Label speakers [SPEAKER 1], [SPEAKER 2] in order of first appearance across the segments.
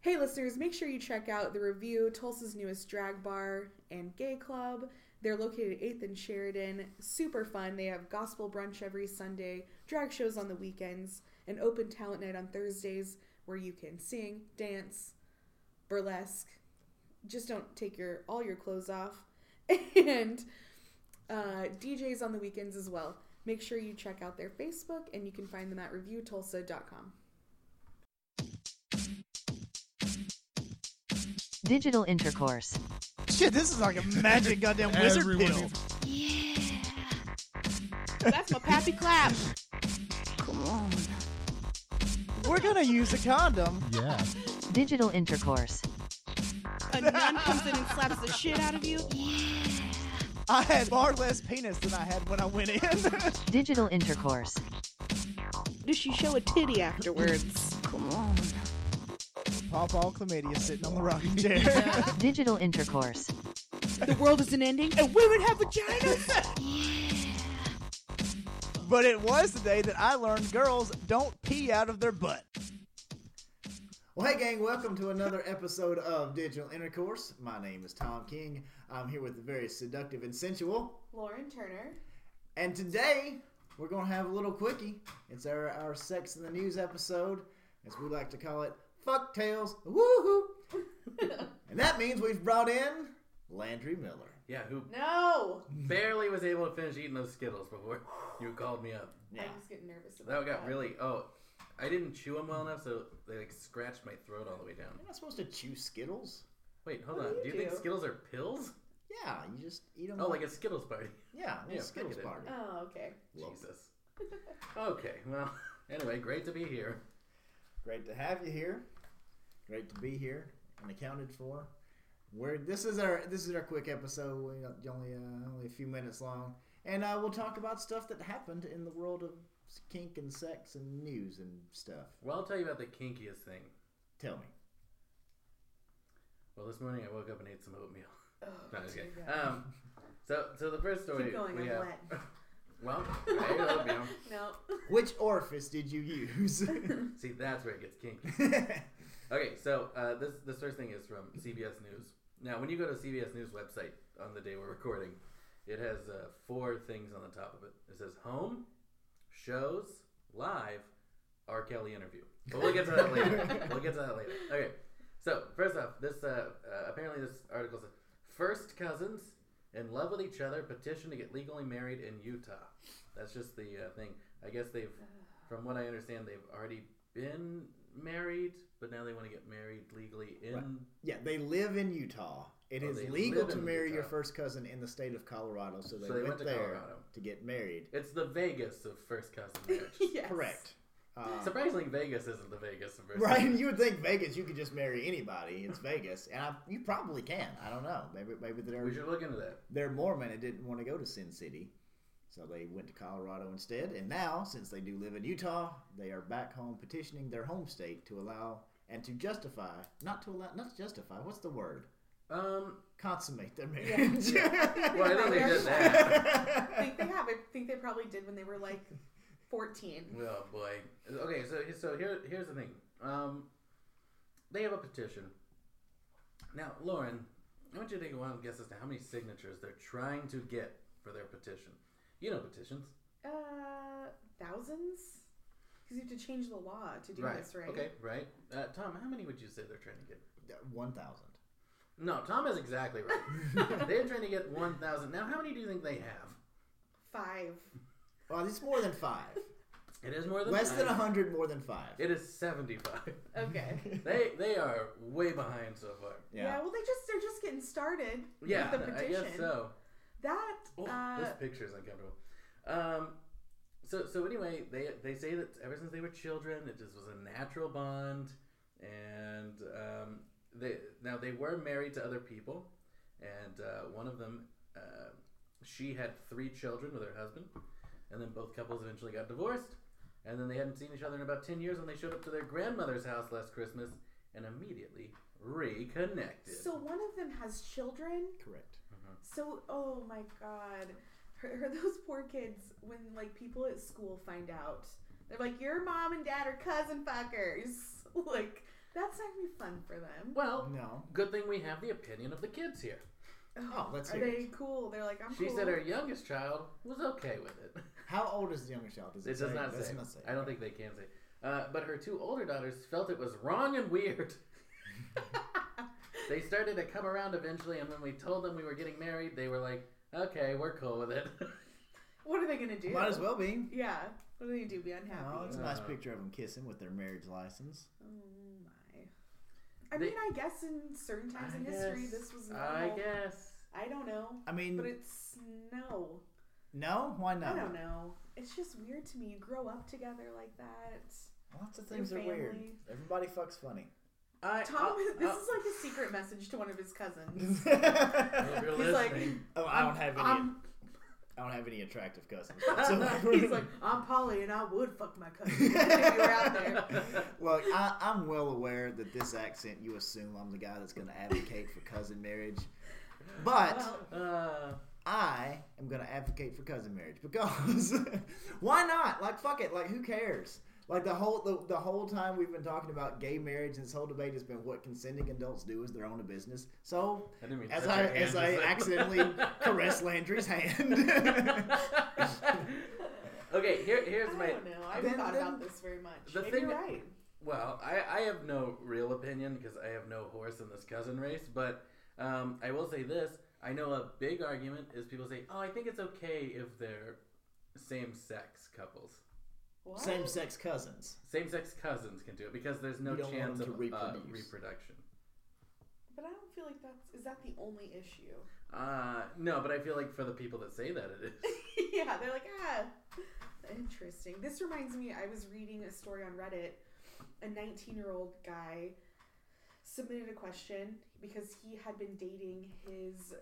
[SPEAKER 1] hey, listeners, make sure you check out the review Tulsa's newest drag bar and gay club. They're located at 8th and Sheridan. Super fun. They have gospel brunch every Sunday, drag shows on the weekends, an open talent night on Thursdays where you can sing, dance, burlesque. Just don't take your all your clothes off. And uh, DJs on the weekends as well. Make sure you check out their Facebook and you can find them at reviewtulsa.com.
[SPEAKER 2] Digital intercourse.
[SPEAKER 3] Shit, this is like a magic goddamn wizard
[SPEAKER 4] Everyone
[SPEAKER 3] build.
[SPEAKER 4] needs-
[SPEAKER 5] That's my pappy clap.
[SPEAKER 3] We're gonna use a condom.
[SPEAKER 4] yeah.
[SPEAKER 2] Digital intercourse.
[SPEAKER 5] A nun comes in and slaps the shit out of you.
[SPEAKER 3] I had far less penis than I had when I went in.
[SPEAKER 2] Digital intercourse.
[SPEAKER 5] Does she show a titty afterwards?
[SPEAKER 3] Pop all chlamydia sitting on the rocking chair.
[SPEAKER 2] Digital intercourse.
[SPEAKER 5] The world isn't ending.
[SPEAKER 3] and women have vaginas. but it was the day that I learned girls don't pee out of their butt.
[SPEAKER 6] Well, hey, gang, welcome to another episode of Digital Intercourse. My name is Tom King. I'm here with the very seductive and sensual.
[SPEAKER 1] Lauren Turner.
[SPEAKER 6] And today, we're going to have a little quickie. It's our, our Sex in the News episode, as we like to call it Fuck Tales. Woohoo! and that means we've brought in Landry Miller.
[SPEAKER 7] Yeah, who
[SPEAKER 1] No!
[SPEAKER 7] barely was able to finish eating those Skittles before you called me up.
[SPEAKER 6] Yeah.
[SPEAKER 1] I'm just getting nervous about
[SPEAKER 7] That got really. Oh, I didn't chew them well enough, so they like scratched my throat all the way down.
[SPEAKER 6] You're not supposed to chew Skittles.
[SPEAKER 7] Wait, hold
[SPEAKER 1] What
[SPEAKER 7] on.
[SPEAKER 1] do you
[SPEAKER 7] Do you think
[SPEAKER 1] do?
[SPEAKER 7] Skittles are pills?
[SPEAKER 6] Yeah, you just eat them.
[SPEAKER 7] Oh, like a Skittles party.
[SPEAKER 6] yeah, like
[SPEAKER 7] yeah,
[SPEAKER 6] a Skittles
[SPEAKER 7] pick it up.
[SPEAKER 6] bar.
[SPEAKER 1] Oh, okay.
[SPEAKER 6] Love
[SPEAKER 7] Jesus. okay. Well. Anyway, great to be here.
[SPEAKER 6] Great to have you here. Great to be here and accounted for. We're, this is our this is our quick episode. We only uh, only a few minutes long, and uh, we'll talk about stuff that happened in the world of kink and sex and news and stuff.
[SPEAKER 7] Well, I'll tell you about the kinkiest thing.
[SPEAKER 6] Tell me.
[SPEAKER 7] Well, this morning I woke up and ate some oatmeal.
[SPEAKER 1] Oh,
[SPEAKER 7] no, I'm just kidding. Um, so, so the first story
[SPEAKER 1] Keep going,
[SPEAKER 7] we
[SPEAKER 1] I'm
[SPEAKER 7] have.
[SPEAKER 1] wet.
[SPEAKER 7] Well, I ate oatmeal.
[SPEAKER 1] No.
[SPEAKER 6] Which orifice did you use?
[SPEAKER 7] See, that's where it gets kinky.
[SPEAKER 6] yeah,
[SPEAKER 7] Okay, so uh, this this first thing is from CBS News. Now, when you go to CBS News website on the day we're recording, it has uh, four things on the top of it. It says home, shows, live, R. Kelly interview. But we'll get to that later. we'll get to that later. Okay, so first off, this uh, uh, apparently this article says first cousins in love with each other petition to get legally married in Utah. That's just the uh, thing. I guess they've, from what I understand, they've already been married, but now they want to get married legally in.
[SPEAKER 6] they live in Utah. It
[SPEAKER 7] Oh,
[SPEAKER 6] is
[SPEAKER 7] they
[SPEAKER 6] legal
[SPEAKER 7] live
[SPEAKER 6] to
[SPEAKER 7] in
[SPEAKER 6] marry your
[SPEAKER 7] Utah.
[SPEAKER 6] first cousin in the state of Colorado, so they,
[SPEAKER 7] So they
[SPEAKER 6] went,
[SPEAKER 7] went to
[SPEAKER 6] there
[SPEAKER 7] Colorado.
[SPEAKER 6] to get married.
[SPEAKER 7] It's the Vegas of first cousin marriage.
[SPEAKER 1] Yes.
[SPEAKER 6] Correct. Uh,
[SPEAKER 7] Surprisingly, Vegas isn't the Vegas of first.
[SPEAKER 6] Right,
[SPEAKER 7] cousin.
[SPEAKER 6] you would think Vegas, you could just marry anybody. It's Vegas, and I, you probably can. I don't know. Maybe maybe they're
[SPEAKER 7] We should look into that.
[SPEAKER 6] they're Mormon and didn't want to go to Sin City, so they went to Colorado instead. And now, since they do live in Utah, they are back home petitioning their home state to allow and to justify, not to allow, not to justify. What's the word?
[SPEAKER 7] Um,
[SPEAKER 6] Consummate their marriage.
[SPEAKER 7] well, I think they did that.
[SPEAKER 1] I think they have. I think they probably did when they were like 14.
[SPEAKER 7] Oh boy. Okay, so so here here's the thing. Um, they have a petition. Now, Lauren, I want you to take a wild guess as to how many signatures they're trying to get for their petition. You know petitions,
[SPEAKER 1] Uh, thousands? Because you have to change the law to do
[SPEAKER 7] right?
[SPEAKER 1] this, right?
[SPEAKER 7] Okay, right. Uh, Tom, how many would you say they're trying to get?
[SPEAKER 6] One thousand.
[SPEAKER 7] No, Tom is exactly right. they're trying to get one thousand. Now, how many do you think they have?
[SPEAKER 1] Five.
[SPEAKER 6] Well, it's more than five.
[SPEAKER 7] It is more than
[SPEAKER 6] Less than
[SPEAKER 7] five.
[SPEAKER 6] hundred, more than five.
[SPEAKER 7] It is seventy-five.
[SPEAKER 1] Okay. yeah.
[SPEAKER 7] they they are way behind so far.
[SPEAKER 1] Well, they just they're just getting started
[SPEAKER 7] Yeah,
[SPEAKER 1] with the
[SPEAKER 7] I
[SPEAKER 1] petition.
[SPEAKER 7] guess so.
[SPEAKER 1] That.
[SPEAKER 7] Oh,
[SPEAKER 1] uh,
[SPEAKER 7] this picture is uncomfortable. Um, so so anyway, they they say that ever since they were children, it just was a natural bond, and um, they now they were married to other people, and uh, one of them, uh, she had three children with her husband, and then both couples eventually got divorced, and then they hadn't seen each other in about ten years when they showed up to their grandmother's house last Christmas and immediately reconnected.
[SPEAKER 1] so one of them has children.
[SPEAKER 6] Correct.
[SPEAKER 1] So, oh my god. Her, her, those poor kids, when like people at school find out, they're like, your mom and dad are cousin fuckers. Like, That's not gonna be fun for them.
[SPEAKER 7] Well,
[SPEAKER 6] No.
[SPEAKER 7] good thing we have the opinion of the kids here.
[SPEAKER 6] Oh, let's
[SPEAKER 1] Are
[SPEAKER 6] hear it.
[SPEAKER 1] they cool? They're like, I'm
[SPEAKER 7] She
[SPEAKER 1] cool.
[SPEAKER 7] said her youngest child was okay with it.
[SPEAKER 6] How old is the youngest child? Does
[SPEAKER 7] It does not
[SPEAKER 6] does
[SPEAKER 7] say. I don't think they can say. Uh, but her two older daughters felt it was wrong and weird. they started to come around eventually, and when we told them we were getting married, they were like, "Okay, we're cool with it."
[SPEAKER 1] what are they gonna do?
[SPEAKER 6] Might as well be.
[SPEAKER 1] Yeah. What do they do? Be unhappy?
[SPEAKER 6] Oh, it's a nice
[SPEAKER 7] Uh,
[SPEAKER 6] picture of them kissing with their marriage license.
[SPEAKER 1] Oh my. I
[SPEAKER 7] They-
[SPEAKER 1] mean, I guess in certain times
[SPEAKER 7] I
[SPEAKER 1] in history,
[SPEAKER 7] guess-
[SPEAKER 1] this was normal.
[SPEAKER 7] I guess.
[SPEAKER 1] I don't know,
[SPEAKER 6] I mean,
[SPEAKER 1] but it's no.
[SPEAKER 6] no, why not?
[SPEAKER 1] I don't know. It's just weird to me. You grow up together like that.
[SPEAKER 6] Lots of
[SPEAKER 1] Your
[SPEAKER 6] things are weird.
[SPEAKER 1] family.
[SPEAKER 6] Everybody fucks funny.
[SPEAKER 7] I,
[SPEAKER 1] Tom,
[SPEAKER 7] I-
[SPEAKER 1] this
[SPEAKER 7] I-
[SPEAKER 1] is like a secret message to one of his cousins.
[SPEAKER 7] If
[SPEAKER 6] oh,
[SPEAKER 7] you're
[SPEAKER 1] He's like,
[SPEAKER 7] listening,
[SPEAKER 6] I don't have any.
[SPEAKER 1] I'm,
[SPEAKER 6] I don't have any attractive cousins.
[SPEAKER 1] he's like, I'm Polly, and I would fuck my cousin if you were out there.
[SPEAKER 6] Look, I, I'm well aware that this accent, you assume I'm the guy that's going to advocate for cousin marriage. But
[SPEAKER 1] Well,
[SPEAKER 7] uh,
[SPEAKER 6] I am going to advocate for cousin marriage because why not? Like, fuck it. Like, who cares? Like the whole the, the whole time we've been talking about gay marriage, and this whole debate has been what consenting adults do is their own business. So
[SPEAKER 7] I didn't mean to
[SPEAKER 6] as
[SPEAKER 7] touch
[SPEAKER 6] I
[SPEAKER 7] your hand,
[SPEAKER 6] as I
[SPEAKER 7] just-
[SPEAKER 6] accidentally caress Landry's hand.
[SPEAKER 7] okay, here,
[SPEAKER 1] I
[SPEAKER 7] here's my.
[SPEAKER 1] don't know. I haven't
[SPEAKER 6] Then-
[SPEAKER 1] thought about
[SPEAKER 6] then-
[SPEAKER 1] this very much.
[SPEAKER 7] the
[SPEAKER 1] Maybe
[SPEAKER 7] thing-
[SPEAKER 1] you're right.
[SPEAKER 7] Well, I, I have no real opinion because I have no horse in this cousin race, but um, I will say this. I know a big argument is people say, oh, I think it's okay if they're same sex couples.
[SPEAKER 1] What?
[SPEAKER 6] Same sex cousins.
[SPEAKER 7] Same sex cousins can do it because there's no
[SPEAKER 6] You don't want
[SPEAKER 7] chance
[SPEAKER 6] them
[SPEAKER 7] of
[SPEAKER 6] to
[SPEAKER 7] uh,
[SPEAKER 6] reproduce.
[SPEAKER 7] reproduction.
[SPEAKER 1] But I don't feel like that's. Is that the only issue?
[SPEAKER 7] Uh, no, but I feel like for the people that say that, it is.
[SPEAKER 1] yeah, they're like, ah, interesting. This reminds me, I was reading a story on Reddit. A 19 year old guy submitted a question because he had been dating his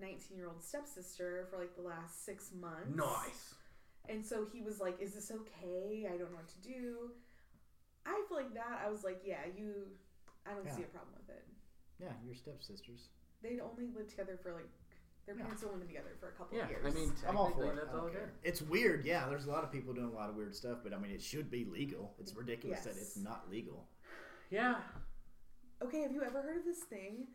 [SPEAKER 1] 19 year old stepsister for like the last six months.
[SPEAKER 7] nice.
[SPEAKER 1] And so he was like, Is this okay? I don't know what to do. I feel like that. I was like, Yeah, you, I don't see
[SPEAKER 6] Yeah.
[SPEAKER 1] a problem with it.
[SPEAKER 6] Yeah, your stepsisters.
[SPEAKER 1] They'd only lived together for like, their
[SPEAKER 6] Yeah.
[SPEAKER 1] parents had only been together for a couple
[SPEAKER 7] Yeah,
[SPEAKER 1] of years.
[SPEAKER 7] I mean,
[SPEAKER 6] I'm all
[SPEAKER 7] technically,
[SPEAKER 6] for it.
[SPEAKER 7] that's
[SPEAKER 6] I don't
[SPEAKER 7] all
[SPEAKER 6] care.
[SPEAKER 7] good.
[SPEAKER 6] It's weird, yeah. There's a lot of people doing a lot of weird stuff, but I mean, it should be legal. It's ridiculous that
[SPEAKER 1] Yes.
[SPEAKER 6] it's not legal.
[SPEAKER 7] Yeah.
[SPEAKER 1] Okay, have you ever heard of this thing?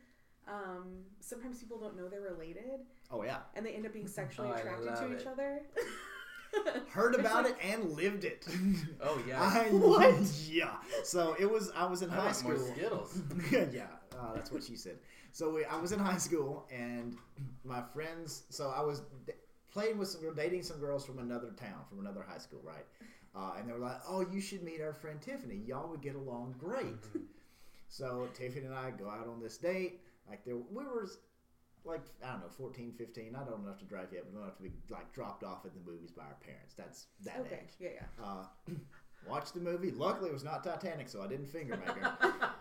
[SPEAKER 1] Um, sometimes people don't know they're related
[SPEAKER 6] Oh yeah,
[SPEAKER 1] and they end up being sexually
[SPEAKER 7] Oh, I
[SPEAKER 1] attracted
[SPEAKER 7] love
[SPEAKER 1] to each
[SPEAKER 7] it.
[SPEAKER 1] other.
[SPEAKER 6] heard about it and lived it.
[SPEAKER 7] Oh, yeah.
[SPEAKER 6] I,
[SPEAKER 1] What?
[SPEAKER 6] Yeah. So it was. I was in
[SPEAKER 7] I
[SPEAKER 6] high
[SPEAKER 7] want more
[SPEAKER 6] school.
[SPEAKER 7] Skittles.
[SPEAKER 6] yeah, uh, that's what she said. So we, I was in high school, and my friends. So I was d- playing with some, dating some girls from another town, from another high school, right? Uh, and they were like, "Oh, you should meet our friend Tiffany. Y'all would get along great."
[SPEAKER 7] Mm-hmm.
[SPEAKER 6] so Tiffany and I go out on this date. Like there, we were like I don't know, 14, 15. I don't know enough to drive yet, but not enough to be like dropped off at the movies by our parents. That's that
[SPEAKER 1] okay,
[SPEAKER 6] age
[SPEAKER 1] yeah, yeah.
[SPEAKER 6] uh, watched the movie. Luckily, it was not Titanic, so I didn't finger make her.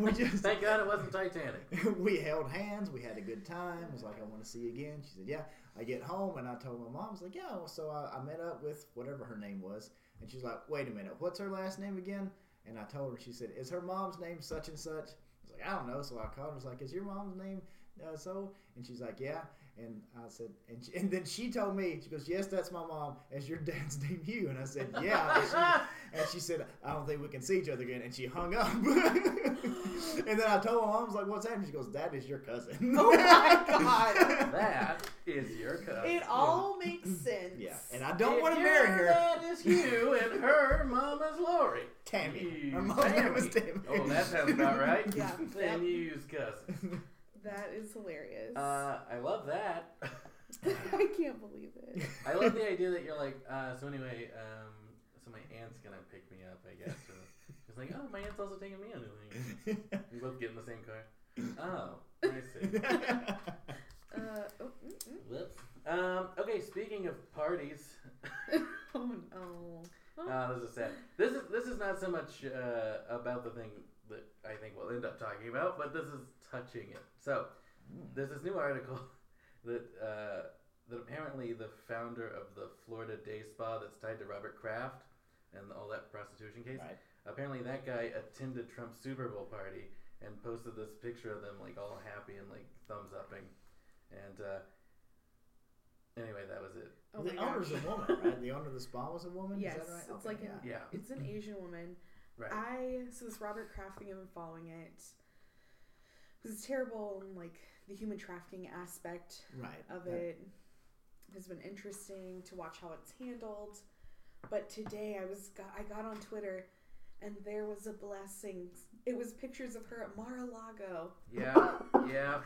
[SPEAKER 6] we just
[SPEAKER 7] Thank God it wasn't Titanic.
[SPEAKER 6] we held hands. We had a good time. I was like, I want to see you again. She said, Yeah. I get home and I told my mom. I was like, Yeah. well, So I, I met up with whatever her name was, and she's like, Wait a minute, what's her last name again? And I told her. She said, Is her mom's name such and such? I was like, I don't know. So I called her. I was like, Is your mom's name uh, so? And she's like, Yeah. And I said, and, she, and then she told me, she goes, Yes, that's my mom. Is your dad's name Hugh? And I said, Yeah. And she, and she said, I don't think we can see each other again. And she hung up. and then I told my mom, I was like, What's happening? She goes, That is your cousin.
[SPEAKER 1] Oh my god.
[SPEAKER 7] That is your cousin.
[SPEAKER 1] It all makes sense.
[SPEAKER 6] yeah. And I don't
[SPEAKER 7] If
[SPEAKER 6] want to
[SPEAKER 7] your
[SPEAKER 6] marry her.
[SPEAKER 7] Dad is Hugh, and her mom is Lori.
[SPEAKER 6] Tammy.
[SPEAKER 7] You-
[SPEAKER 6] Her mom's name was Tammy.
[SPEAKER 7] Oh, that sounds about right.
[SPEAKER 1] Yeah.
[SPEAKER 7] Then you use cousins.
[SPEAKER 1] That is hilarious.
[SPEAKER 7] Uh, I love that.
[SPEAKER 1] I can't believe it.
[SPEAKER 7] I love the idea that you're like, uh, so anyway, um, so my aunt's gonna pick me up, I guess. Or she's like, oh, my aunt's also taking me on. Like, we both get in the same car. Oh, I see.
[SPEAKER 1] Uh, oh, mm, mm.
[SPEAKER 7] Whoops. Um, okay, speaking of parties,
[SPEAKER 1] oh no.
[SPEAKER 7] Oh, this is sad. This is this is not so much uh, about the thing that I think we'll end up talking about, but this is touching it. So there's this new article that uh, that apparently the founder of the Florida Day Spa that's tied to Robert Kraft and all that prostitution case.
[SPEAKER 6] Right.
[SPEAKER 7] Apparently that guy attended Trump's Super Bowl party and posted this picture of them like all happy and like thumbs upping, and uh, anyway that was it.
[SPEAKER 1] Oh my
[SPEAKER 6] the owner's
[SPEAKER 1] gosh.
[SPEAKER 6] a woman, right? The owner of the spa was a woman.
[SPEAKER 1] Yes,
[SPEAKER 6] Is that right?
[SPEAKER 1] it's like an
[SPEAKER 6] yeah.
[SPEAKER 7] Yeah.
[SPEAKER 1] It's an Asian woman.
[SPEAKER 7] Right.
[SPEAKER 1] I so this Robert Kraft thing I've been following it. It's terrible, and like the human trafficking aspect
[SPEAKER 6] Right.
[SPEAKER 1] of
[SPEAKER 6] That-
[SPEAKER 1] it has been interesting to watch how it's handled. But today I was got, I got on Twitter, and there was a blessing. It was pictures of her at Mar-a-Lago,
[SPEAKER 7] Yeah. Yeah.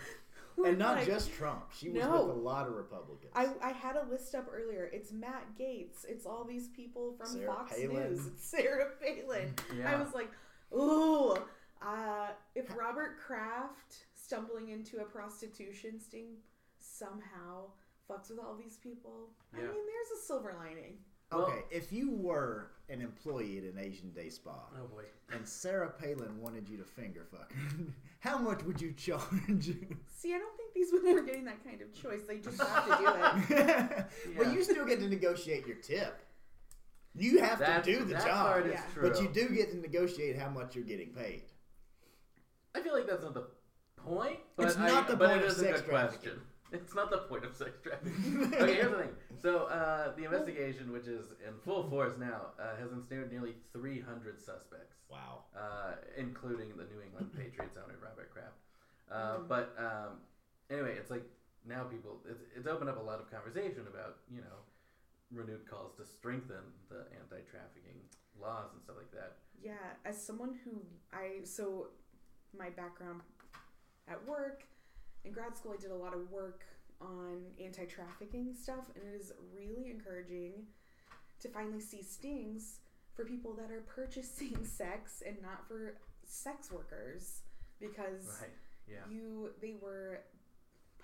[SPEAKER 1] We're
[SPEAKER 6] And not
[SPEAKER 1] like-
[SPEAKER 6] just Trump. She was
[SPEAKER 1] No.
[SPEAKER 6] with a lot of Republicans.
[SPEAKER 1] I, I had a list up earlier. It's Matt Gates. It's all these people from
[SPEAKER 6] Sarah
[SPEAKER 1] Fox
[SPEAKER 6] Palin.
[SPEAKER 1] News. It's Sarah Palin. I
[SPEAKER 7] Yeah.
[SPEAKER 1] was like, ooh, uh, if Robert Kraft stumbling into a prostitution sting somehow fucks with all these people, I
[SPEAKER 7] Yeah.
[SPEAKER 1] mean, there's a silver lining.
[SPEAKER 7] Well-
[SPEAKER 6] okay, if you were an employee at an Asian day spa
[SPEAKER 7] Oh boy.
[SPEAKER 6] and Sarah Palin wanted you to finger fuck her, how much would you charge?
[SPEAKER 1] See, I don't think these women were getting that kind of choice. They just have to do it.
[SPEAKER 6] Well, you still get to negotiate your tip. You have
[SPEAKER 7] That,
[SPEAKER 6] to do the
[SPEAKER 7] that
[SPEAKER 6] job.
[SPEAKER 7] part is
[SPEAKER 1] Yeah.
[SPEAKER 7] true.
[SPEAKER 6] But you do get to negotiate how much you're getting paid.
[SPEAKER 7] I feel like that's not the point. But
[SPEAKER 6] It's not
[SPEAKER 7] I,
[SPEAKER 6] the
[SPEAKER 7] but
[SPEAKER 6] point
[SPEAKER 7] it
[SPEAKER 6] of
[SPEAKER 7] is
[SPEAKER 6] sex
[SPEAKER 7] a good
[SPEAKER 6] trafficking.
[SPEAKER 7] question. It's not the point of sex trafficking. okay, here's the thing. So uh, the investigation, which is in full force now, uh, has ensnared nearly 300 suspects.
[SPEAKER 6] Wow.
[SPEAKER 7] uh, including the New England Patriots owner Robert Kraft. Uh,
[SPEAKER 6] Mm-hmm.
[SPEAKER 7] but um, anyway, it's like now people, it's, it's opened up a lot of conversation about you know renewed calls to strengthen the anti-trafficking laws and stuff like that.
[SPEAKER 1] Yeah, as someone who I so my background at work in grad school, I did a lot of work on anti-trafficking stuff, and it is really encouraging to finally see stings for people that are purchasing sex and not for sex workers because
[SPEAKER 7] Right. Yeah.
[SPEAKER 1] you they were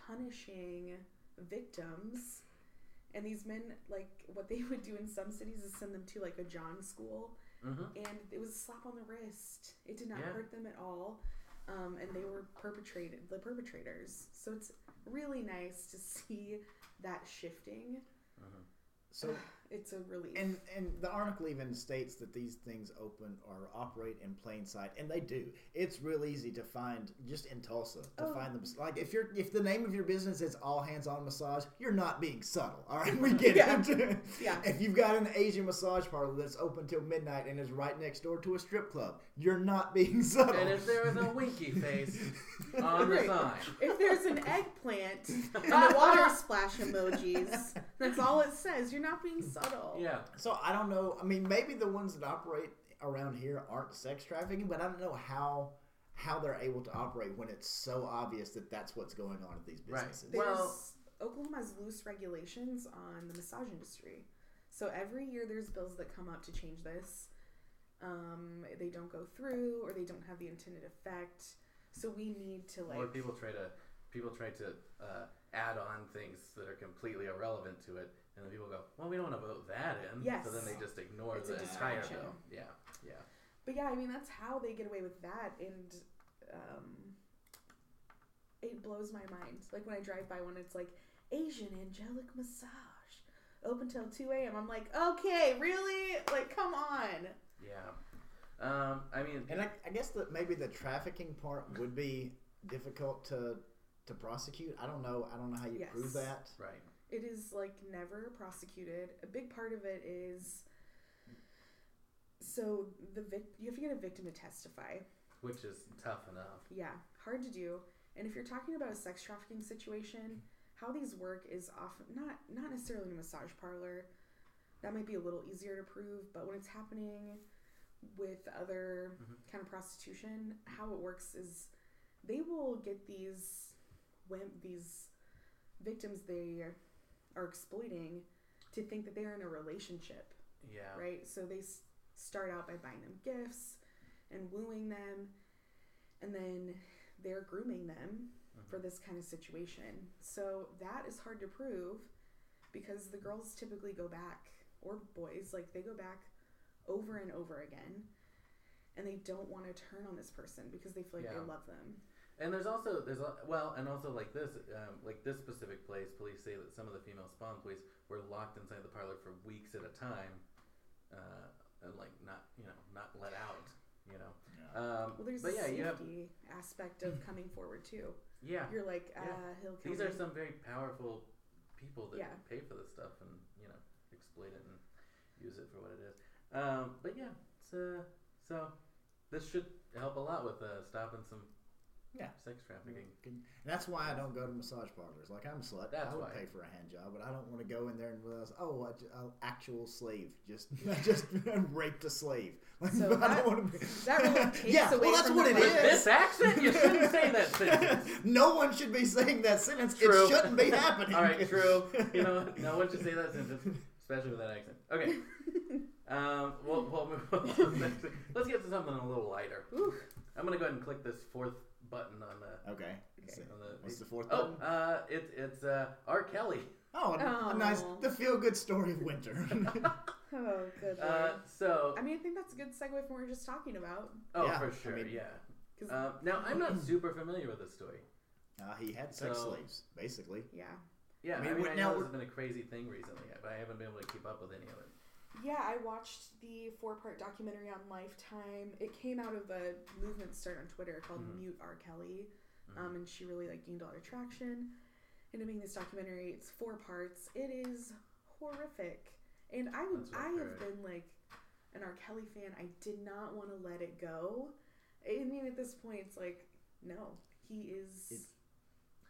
[SPEAKER 1] punishing victims and these men like what they would do in some cities is send them to like a john school
[SPEAKER 7] hmm
[SPEAKER 1] and it was a slap on the wrist. It did not
[SPEAKER 7] Yeah.
[SPEAKER 1] hurt them at all, um, and they were perpetrated the perpetrators. So it's really nice to see that shifting.
[SPEAKER 6] So
[SPEAKER 1] It's a relief.
[SPEAKER 6] and and the article even states that these things open or operate in plain sight, and they do. It's real easy to find just in Tulsa to
[SPEAKER 1] Oh.
[SPEAKER 6] find them. Like if you're if the name of your business is All Hands On Massage, you're not being subtle. All right, we get it.
[SPEAKER 1] Yeah.
[SPEAKER 6] If you've got an Asian massage parlor that's open till midnight and is right next door to a strip club, you're not being subtle.
[SPEAKER 7] And if there is a winky face on the
[SPEAKER 1] Right.
[SPEAKER 7] sign,
[SPEAKER 1] if there's an eggplant and the water splash emojis, that's all it says. You're not being subtle.
[SPEAKER 7] yeah,
[SPEAKER 6] So I don't know. I mean, maybe the ones that operate around here aren't sex trafficking, but I don't know how how they're able to operate when it's so obvious that that's what's going on at these
[SPEAKER 7] Right.
[SPEAKER 6] businesses.
[SPEAKER 1] There's
[SPEAKER 7] Well-
[SPEAKER 1] Oklahoma has loose regulations on the massage industry. So every year there's bills that come up to change this. Um, they don't go through or they don't have the intended effect. So we need to like
[SPEAKER 7] or people try to people try to uh, add on things that are completely irrelevant to it, and then people go, "Well, we don't want to vote that in."
[SPEAKER 1] Yes.
[SPEAKER 7] So then they just ignore
[SPEAKER 1] It's a
[SPEAKER 7] the entire
[SPEAKER 1] distraction.
[SPEAKER 7] bill. Yeah. Yeah.
[SPEAKER 1] But yeah, I mean that's how they get away with that and um, it blows my mind. Like when I drive by one it's like Asian angelic massage. Open till two AM. I'm like, okay, really? Like come on.
[SPEAKER 7] Yeah. Um, I mean,
[SPEAKER 6] And I, I guess that maybe the trafficking part would be difficult to to prosecute. I don't know. I don't know how you
[SPEAKER 1] Yes.
[SPEAKER 6] prove that.
[SPEAKER 7] right.
[SPEAKER 1] it is like never prosecuted. A big part of it is so the vic- you have to get a victim to testify.
[SPEAKER 7] Which is tough enough.
[SPEAKER 1] Yeah, hard to do. And if you're talking about a sex trafficking situation, how these work is often not not necessarily in a massage parlor. That might be a little easier to prove, but when it's happening with other kind of prostitution, how it works is they will get these wim- these victims they are exploiting to think that they are in a relationship
[SPEAKER 7] Yeah.
[SPEAKER 1] right? So they s- start out by buying them gifts and wooing them, and then they're grooming them for
[SPEAKER 7] Mm-hmm.
[SPEAKER 1] this kind of situation. So that is hard to prove because the girls typically go back, or boys, like they go back over and over again, and they don't want to turn on this person because they feel like
[SPEAKER 7] Yeah.
[SPEAKER 1] they love them.
[SPEAKER 7] And there's also there's a, well, and also like this, um, like this specific place, police say that some of the female spawn police were locked inside the parlor for weeks at a time, uh, and like not you know not let out. You know. Um,
[SPEAKER 1] Well, there's
[SPEAKER 7] but
[SPEAKER 1] a
[SPEAKER 7] yeah,
[SPEAKER 1] safety
[SPEAKER 7] you have
[SPEAKER 1] aspect of coming forward too.
[SPEAKER 7] yeah.
[SPEAKER 1] You're like, ah,
[SPEAKER 7] Yeah.
[SPEAKER 1] he'll kill
[SPEAKER 7] These are
[SPEAKER 1] me."
[SPEAKER 7] some very powerful people that
[SPEAKER 1] Yeah.
[SPEAKER 7] pay for this stuff and you know exploit it and use it for what it is. Um, but yeah, it's uh, So this should help a lot with uh, stopping some
[SPEAKER 6] Yeah.
[SPEAKER 7] sex trafficking.
[SPEAKER 6] And that's why I don't go to massage parlors. Like I'm a slut.
[SPEAKER 7] That's
[SPEAKER 6] I would
[SPEAKER 7] why.
[SPEAKER 6] pay for a hand job, but I don't want to go in there and realize, oh, I ju- an actual slave just just raped a slave. Like,
[SPEAKER 5] So
[SPEAKER 6] I
[SPEAKER 5] that-
[SPEAKER 6] don't want to be.
[SPEAKER 5] that really takes
[SPEAKER 6] yeah,
[SPEAKER 5] away
[SPEAKER 6] well, that's
[SPEAKER 5] from
[SPEAKER 6] what
[SPEAKER 5] the
[SPEAKER 6] it
[SPEAKER 5] fun.
[SPEAKER 6] is.
[SPEAKER 5] With
[SPEAKER 7] This accent? You shouldn't say that sentence.
[SPEAKER 6] no one should be saying that sentence.
[SPEAKER 7] True.
[SPEAKER 6] It shouldn't be happening.
[SPEAKER 7] All right, true. You know, what? no one should say that sentence, especially with that accent. Okay. Um, we'll, we'll move on to the next thing. Let's get to something a little lighter. I'm gonna go ahead and click this fourth button on the.
[SPEAKER 6] Okay. Let's see.
[SPEAKER 7] On the
[SPEAKER 6] What's the fourth
[SPEAKER 7] oh,
[SPEAKER 6] button?
[SPEAKER 7] uh, it, it's uh, R. Kelly.
[SPEAKER 6] Oh, a nice,
[SPEAKER 5] Oh.
[SPEAKER 6] the feel-good story of winter.
[SPEAKER 5] Oh, good lord.
[SPEAKER 7] Uh, so,
[SPEAKER 5] I mean, I think that's a good segue from what we were just talking about.
[SPEAKER 7] oh,
[SPEAKER 6] yeah,
[SPEAKER 7] for
[SPEAKER 6] I
[SPEAKER 7] sure,
[SPEAKER 6] mean-
[SPEAKER 7] yeah.
[SPEAKER 5] 'Cause-
[SPEAKER 7] Um, now, I'm not super familiar with this story.
[SPEAKER 6] uh, he had sex
[SPEAKER 7] So-
[SPEAKER 6] slaves, basically.
[SPEAKER 5] Yeah.
[SPEAKER 7] Yeah, I
[SPEAKER 6] I
[SPEAKER 7] mean,
[SPEAKER 6] mean,
[SPEAKER 7] I,
[SPEAKER 6] we're-
[SPEAKER 7] know
[SPEAKER 6] now
[SPEAKER 7] this
[SPEAKER 6] we're-
[SPEAKER 7] has been a crazy thing recently, but I haven't been able to keep up with any of it.
[SPEAKER 5] Yeah, I watched the four part documentary on Lifetime. It came out of a movement started on Twitter called
[SPEAKER 6] Mm-hmm.
[SPEAKER 5] Mute
[SPEAKER 7] Mhm.
[SPEAKER 5] R. Kelly. Um, and she really like gained a lot of traction. Ended up being this documentary. It's four parts. It is horrific. And I would
[SPEAKER 7] That's what
[SPEAKER 5] I
[SPEAKER 7] I've
[SPEAKER 5] have
[SPEAKER 7] heard.
[SPEAKER 5] been like an R. Kelly fan. I did not want to let it go. I mean at this point it's like, no. He is
[SPEAKER 6] It's-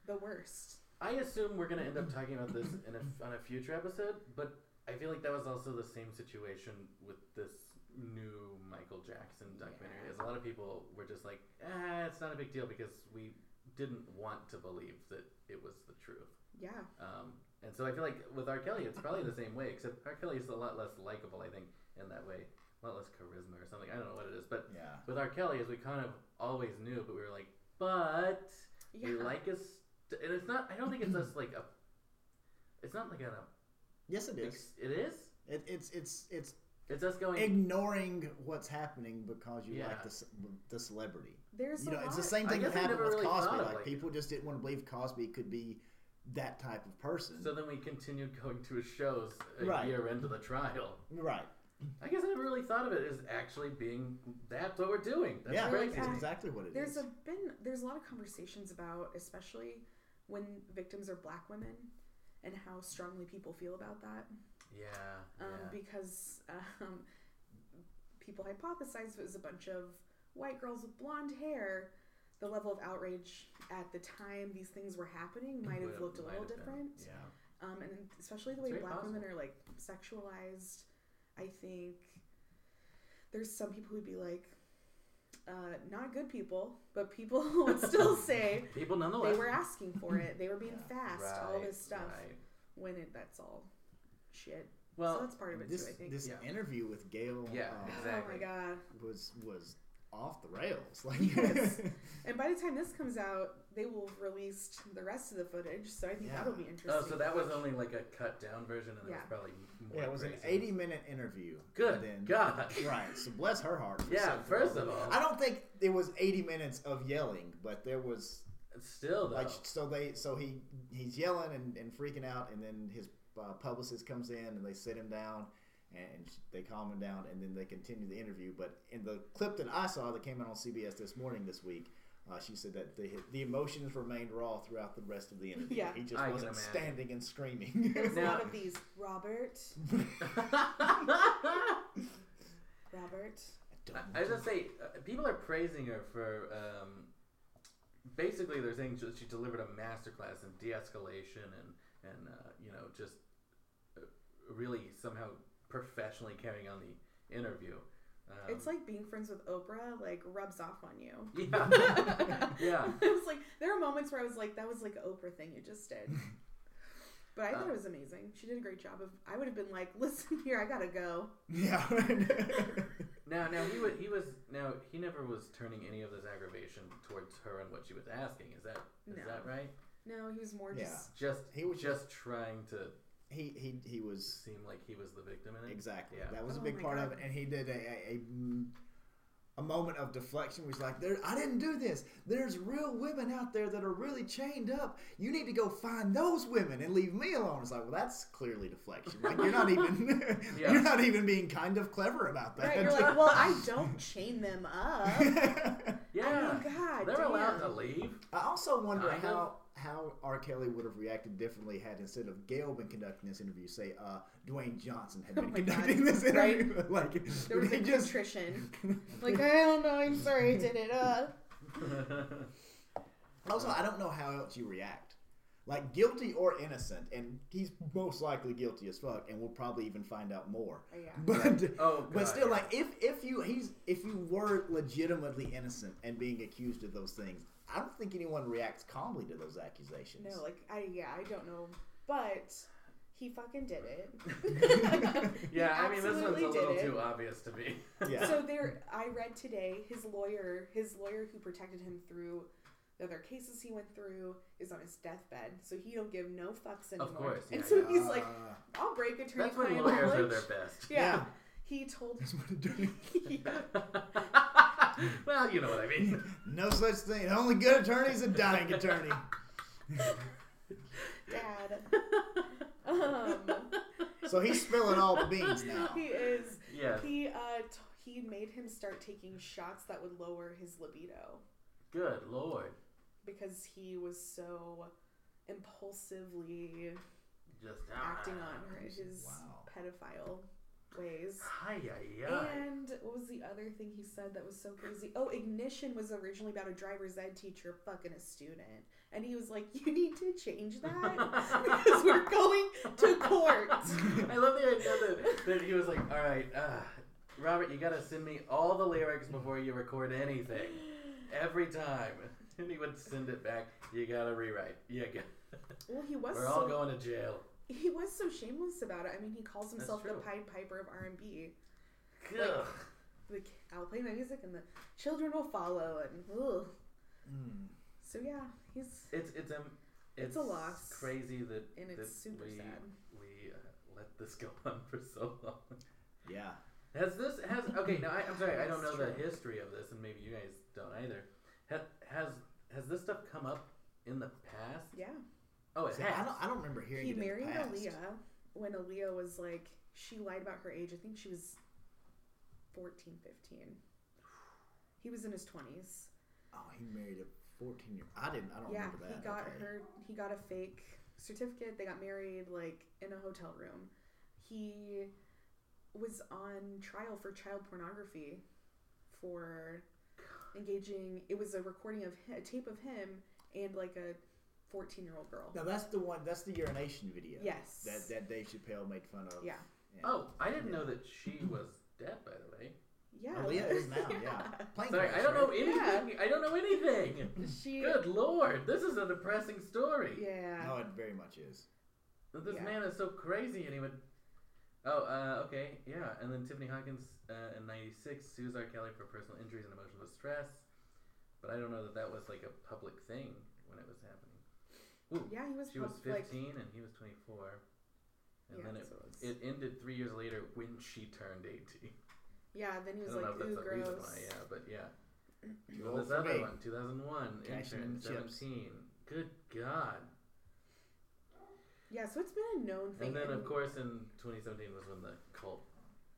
[SPEAKER 5] the worst.
[SPEAKER 7] I assume we're going to end up talking about this in a, on a future episode, but I feel like that was also the same situation with this new Michael Jackson documentary. Is a lot of people were just like, ah, it's not a big deal because we didn't want to believe that it was the truth.
[SPEAKER 5] Yeah.
[SPEAKER 7] Um, and so I feel like with R. Kelly, it's probably the same way, except R. Kelly is a lot less likable, I think, in that way. A lot less charisma or something. I don't know what it is. But
[SPEAKER 6] Yeah.
[SPEAKER 7] with R. Kelly, as we kind of always knew, but we were like, but
[SPEAKER 5] Yeah.
[SPEAKER 7] we like his. St- and it's not, I don't think it's just like a. It's not like an. a-
[SPEAKER 6] Yes, it is.
[SPEAKER 7] ex- It is?
[SPEAKER 6] It, it's it's it's
[SPEAKER 7] It's us going.
[SPEAKER 6] ignoring what's happening because you
[SPEAKER 7] Yeah.
[SPEAKER 6] like the, ce- the celebrity.
[SPEAKER 5] There's
[SPEAKER 6] you
[SPEAKER 5] a
[SPEAKER 6] know,
[SPEAKER 5] lot.
[SPEAKER 6] it's the same
[SPEAKER 7] I
[SPEAKER 6] thing that
[SPEAKER 7] guess I
[SPEAKER 6] happened
[SPEAKER 7] never
[SPEAKER 6] with
[SPEAKER 7] really
[SPEAKER 6] Cosby.
[SPEAKER 7] thought of,
[SPEAKER 6] Like,
[SPEAKER 7] like-
[SPEAKER 6] people just didn't want to believe Cosby could be that type of person.
[SPEAKER 7] so then we continued going to his shows a
[SPEAKER 6] Right.
[SPEAKER 7] year into the trial.
[SPEAKER 6] right.
[SPEAKER 7] I guess I never really thought of it as actually being that's what we're doing. That's
[SPEAKER 6] yeah,
[SPEAKER 7] crazy.
[SPEAKER 6] that's exactly what it is.
[SPEAKER 5] There's a been there's a lot of conversations about, especially when victims are black women, and how strongly people feel about that.
[SPEAKER 7] Yeah.
[SPEAKER 5] Um,
[SPEAKER 7] yeah.
[SPEAKER 5] Because um, people hypothesized it was a bunch of white girls with blonde hair. The level of outrage at the time these things were happening might have
[SPEAKER 7] Would've-
[SPEAKER 5] looked a
[SPEAKER 7] might
[SPEAKER 5] little
[SPEAKER 7] have been,
[SPEAKER 5] different.
[SPEAKER 7] Yeah.
[SPEAKER 5] Um, and especially the
[SPEAKER 7] It's
[SPEAKER 5] way
[SPEAKER 7] very
[SPEAKER 5] black women
[SPEAKER 7] possible.
[SPEAKER 5] are like sexualized, I think there's some people who'd be like, uh, not good people, but people would still say
[SPEAKER 7] People nonetheless.
[SPEAKER 5] they were asking for it, they were being
[SPEAKER 6] Yeah.
[SPEAKER 5] fast, all this stuff.
[SPEAKER 7] right.
[SPEAKER 5] When it, that's all shit.
[SPEAKER 7] Well,
[SPEAKER 5] so that's part of it
[SPEAKER 6] this
[SPEAKER 5] too, I think.
[SPEAKER 6] this
[SPEAKER 7] Yeah.
[SPEAKER 6] interview with Gail
[SPEAKER 7] Yeah,
[SPEAKER 6] uh,
[SPEAKER 7] exactly.
[SPEAKER 5] Oh my god.
[SPEAKER 6] was was off the rails. Like
[SPEAKER 5] Yes. And by the time this comes out, they will have released the rest of the footage, so I think
[SPEAKER 6] Yeah.
[SPEAKER 5] that'll be interesting.
[SPEAKER 7] oh, so that was only like a cut down version, and
[SPEAKER 5] Yeah.
[SPEAKER 7] it was probably more.
[SPEAKER 6] yeah, it was an
[SPEAKER 7] crazy.
[SPEAKER 6] 80 minute interview.
[SPEAKER 7] Good
[SPEAKER 6] And then,
[SPEAKER 7] God.
[SPEAKER 6] Right. So bless her heart. for
[SPEAKER 7] Yeah.
[SPEAKER 6] something.
[SPEAKER 7] First of all,
[SPEAKER 6] I don't think it was 80 minutes of yelling, but there was
[SPEAKER 7] still though.
[SPEAKER 6] Like so they so he he's yelling and, and freaking out, and then his uh, publicist comes in and they sit him down, and they calm him down, and then they continue the interview. But in the clip that I saw that came out on CBS this morning this week, uh, she said that the the emotions remained raw throughout the rest of the interview.
[SPEAKER 5] Yeah.
[SPEAKER 6] he just
[SPEAKER 7] I can
[SPEAKER 6] wasn't
[SPEAKER 7] imagine.
[SPEAKER 6] standing and screaming.
[SPEAKER 5] There's a
[SPEAKER 7] Now-
[SPEAKER 5] lot of these. Robert, Robert.
[SPEAKER 7] I- I just say uh, people are praising her for. Um, basically, they're saying she- she delivered a masterclass in de-escalation and and uh, you know just uh, really somehow professionally carrying on the interview. Um,
[SPEAKER 5] It's like being friends with Oprah, like rubs off on you.
[SPEAKER 7] yeah, yeah.
[SPEAKER 5] it was like there are moments where I was like, that was like an Oprah thing you just did. But I thought
[SPEAKER 7] Uh,
[SPEAKER 5] it was amazing. She did a great job of. I would have been like, listen here, I gotta go.
[SPEAKER 6] yeah.
[SPEAKER 7] Now, now he was he was now he never was turning any of this aggravation towards her and what she was asking. Is that is
[SPEAKER 5] No.
[SPEAKER 7] that right?
[SPEAKER 5] No, he was more
[SPEAKER 6] Yeah.
[SPEAKER 5] just.
[SPEAKER 7] Just
[SPEAKER 6] He was
[SPEAKER 7] just trying to
[SPEAKER 6] he he he was
[SPEAKER 7] seem like he was the victim in it.
[SPEAKER 6] Exactly.
[SPEAKER 7] Yeah.
[SPEAKER 6] That was a
[SPEAKER 5] Oh
[SPEAKER 6] big
[SPEAKER 5] my
[SPEAKER 6] part of it,
[SPEAKER 5] God.
[SPEAKER 6] and he did a, a, a m- a moment of deflection. Where he's like, "There, I didn't do this. There's real women out there that are really chained up. You need to go find those women and leave me alone." It's like, well, that's clearly deflection. Like you're not even
[SPEAKER 7] Yeah.
[SPEAKER 6] you're not even being kind of clever about that.
[SPEAKER 5] Right, you're like, well, I don't chain them up. I mean,
[SPEAKER 7] Yeah,
[SPEAKER 5] Oh God,
[SPEAKER 7] they're allowed to
[SPEAKER 5] damn.
[SPEAKER 7] leave.
[SPEAKER 6] I also wonder
[SPEAKER 7] Kind of.
[SPEAKER 6] how how R. Kelly would have reacted differently had instead of Gail been conducting this interview, say uh, Dwayne Johnson had been
[SPEAKER 5] Oh my God.
[SPEAKER 6] conducting this
[SPEAKER 5] Right.
[SPEAKER 6] interview. like
[SPEAKER 5] There was
[SPEAKER 6] he
[SPEAKER 5] a
[SPEAKER 6] just
[SPEAKER 5] contrition. like, I don't know, I'm sorry I did it. Uh.
[SPEAKER 6] also I don't know how else you react. Like guilty or innocent, and he's most likely guilty as fuck, and we'll probably even find out more.
[SPEAKER 5] Oh, yeah.
[SPEAKER 6] But
[SPEAKER 7] Oh, God,
[SPEAKER 6] but still,
[SPEAKER 7] yeah.
[SPEAKER 6] like if if you he's if you were legitimately innocent and being accused of those things, I don't think anyone reacts calmly to those accusations.
[SPEAKER 5] No, like, I, yeah, I don't know. But he fucking did it. He
[SPEAKER 7] yeah, I mean, this one's
[SPEAKER 5] absolutely
[SPEAKER 7] a
[SPEAKER 5] did
[SPEAKER 7] little
[SPEAKER 5] it.
[SPEAKER 7] too obvious to me.
[SPEAKER 6] yeah.
[SPEAKER 5] So there, I read today his lawyer, his lawyer who protected him through the other cases he went through, is on his deathbed, so he don't give no fucks anymore.
[SPEAKER 7] course,
[SPEAKER 5] and
[SPEAKER 7] yeah,
[SPEAKER 5] so
[SPEAKER 7] yeah.
[SPEAKER 5] he's like,
[SPEAKER 6] Uh,
[SPEAKER 5] "I'll break attorney
[SPEAKER 7] That's when
[SPEAKER 5] client
[SPEAKER 7] lawyers are
[SPEAKER 5] privilege."
[SPEAKER 7] their best.
[SPEAKER 5] Yeah.
[SPEAKER 6] Yeah.
[SPEAKER 5] he told.
[SPEAKER 6] That's what it do.
[SPEAKER 5] yeah.
[SPEAKER 7] well, you know what I mean.
[SPEAKER 6] no such thing. The only good attorney is a dying attorney.
[SPEAKER 5] Dad. Um,
[SPEAKER 6] So he's spilling all the beans now.
[SPEAKER 5] he is.
[SPEAKER 7] Yeah.
[SPEAKER 5] He uh, t- he made him start taking shots that would lower his libido
[SPEAKER 7] Good lord.
[SPEAKER 5] because he was so impulsively
[SPEAKER 7] Just
[SPEAKER 5] acting on her, his
[SPEAKER 6] Wow.
[SPEAKER 5] pedophile ways.
[SPEAKER 7] Hi, yeah,
[SPEAKER 5] And what was the other thing he said that was so crazy? Oh, ignition was originally about a driver's ed teacher fucking a student, and he was like, "You need to change that because we're going to court."
[SPEAKER 7] I love the idea that, that he was like, all right, uh, Robert, you gotta send me all the lyrics before you record anything. Every time. And he would send it back. You gotta rewrite. You got-
[SPEAKER 5] Well, he was
[SPEAKER 7] We're all
[SPEAKER 5] so
[SPEAKER 7] going to jail.
[SPEAKER 5] he was so shameless about it. I mean, he calls himself the
[SPEAKER 7] true.
[SPEAKER 5] Pied Piper of R and B.
[SPEAKER 7] Ugh.
[SPEAKER 5] Like, I'll play my music, and the children will follow. And ugh.
[SPEAKER 7] Hmm.
[SPEAKER 5] so yeah, he's
[SPEAKER 7] It's it's um it's,
[SPEAKER 5] It's a loss.
[SPEAKER 7] Crazy that
[SPEAKER 5] And it's
[SPEAKER 7] that
[SPEAKER 5] super
[SPEAKER 7] we,
[SPEAKER 5] sad.
[SPEAKER 7] We uh, let this go on for so long.
[SPEAKER 6] Yeah.
[SPEAKER 7] Has this has okay? Now I, I'm sorry, I don't know
[SPEAKER 5] That's
[SPEAKER 7] the
[SPEAKER 5] true.
[SPEAKER 7] history of this, and maybe you guys don't either. Has has has this stuff come up in the past?
[SPEAKER 5] yeah.
[SPEAKER 7] Oh, it
[SPEAKER 6] See,
[SPEAKER 7] has.
[SPEAKER 6] I don't. I don't remember hearing.
[SPEAKER 5] He
[SPEAKER 6] it in the
[SPEAKER 5] married
[SPEAKER 6] past.
[SPEAKER 5] Aaliyah when Aaliyah was like, she lied about her age. I think she was 14, 15. He was in his 20s.
[SPEAKER 6] Oh, he married a fourteen-year. I didn't. I don't
[SPEAKER 5] Yeah,
[SPEAKER 6] remember that.
[SPEAKER 5] he got
[SPEAKER 6] Okay.
[SPEAKER 5] her, he got a fake certificate. They got married like in a hotel room. He was on trial for child pornography for engaging, it was a recording of hi- a tape of him and like a 14 year old girl.
[SPEAKER 6] No, that's the one. That's the urination video.
[SPEAKER 5] Yes.
[SPEAKER 6] That that Dave Chappelle made fun of.
[SPEAKER 5] Yeah.
[SPEAKER 7] Oh, I didn't know that she was dead. By the way,
[SPEAKER 5] Yeah.
[SPEAKER 6] Aaliyah is now. Oh, Yeah. Plane
[SPEAKER 7] sorry,
[SPEAKER 6] crash,
[SPEAKER 7] I don't know
[SPEAKER 6] right?
[SPEAKER 7] anything. I don't know anything.
[SPEAKER 5] She,
[SPEAKER 7] Good lord, this is a depressing story.
[SPEAKER 5] yeah.
[SPEAKER 6] No, it very much is.
[SPEAKER 7] That This
[SPEAKER 5] Yeah.
[SPEAKER 7] man is so crazy, and he would. Oh, uh, okay, yeah. And then Tiffany Hawkins uh, in '96 sues R. Kelly for personal injuries and emotional distress, but I don't know that that was like a public thing when it was happening. Ooh,
[SPEAKER 5] Yeah, he was.
[SPEAKER 7] she was
[SPEAKER 5] pumped,
[SPEAKER 7] 15
[SPEAKER 5] like-
[SPEAKER 7] and he was 24, and
[SPEAKER 5] Yeah,
[SPEAKER 7] then it,
[SPEAKER 5] so it's-
[SPEAKER 7] it ended three years later when she turned 18.
[SPEAKER 5] yeah, then he
[SPEAKER 7] I
[SPEAKER 5] was
[SPEAKER 7] don't
[SPEAKER 5] like,
[SPEAKER 7] know if that's
[SPEAKER 5] ooh,
[SPEAKER 7] the
[SPEAKER 5] gross.
[SPEAKER 7] reason why, yeah, but yeah.
[SPEAKER 6] Too
[SPEAKER 7] Well,
[SPEAKER 6] old
[SPEAKER 7] this
[SPEAKER 6] for
[SPEAKER 7] other
[SPEAKER 6] me.
[SPEAKER 7] one, 2001,
[SPEAKER 6] Cashing in
[SPEAKER 7] intern,
[SPEAKER 6] the chips.
[SPEAKER 7] 17. Good God.
[SPEAKER 5] yeah. so it's been a known thing.
[SPEAKER 7] And then, of course, in 2017 was when the cult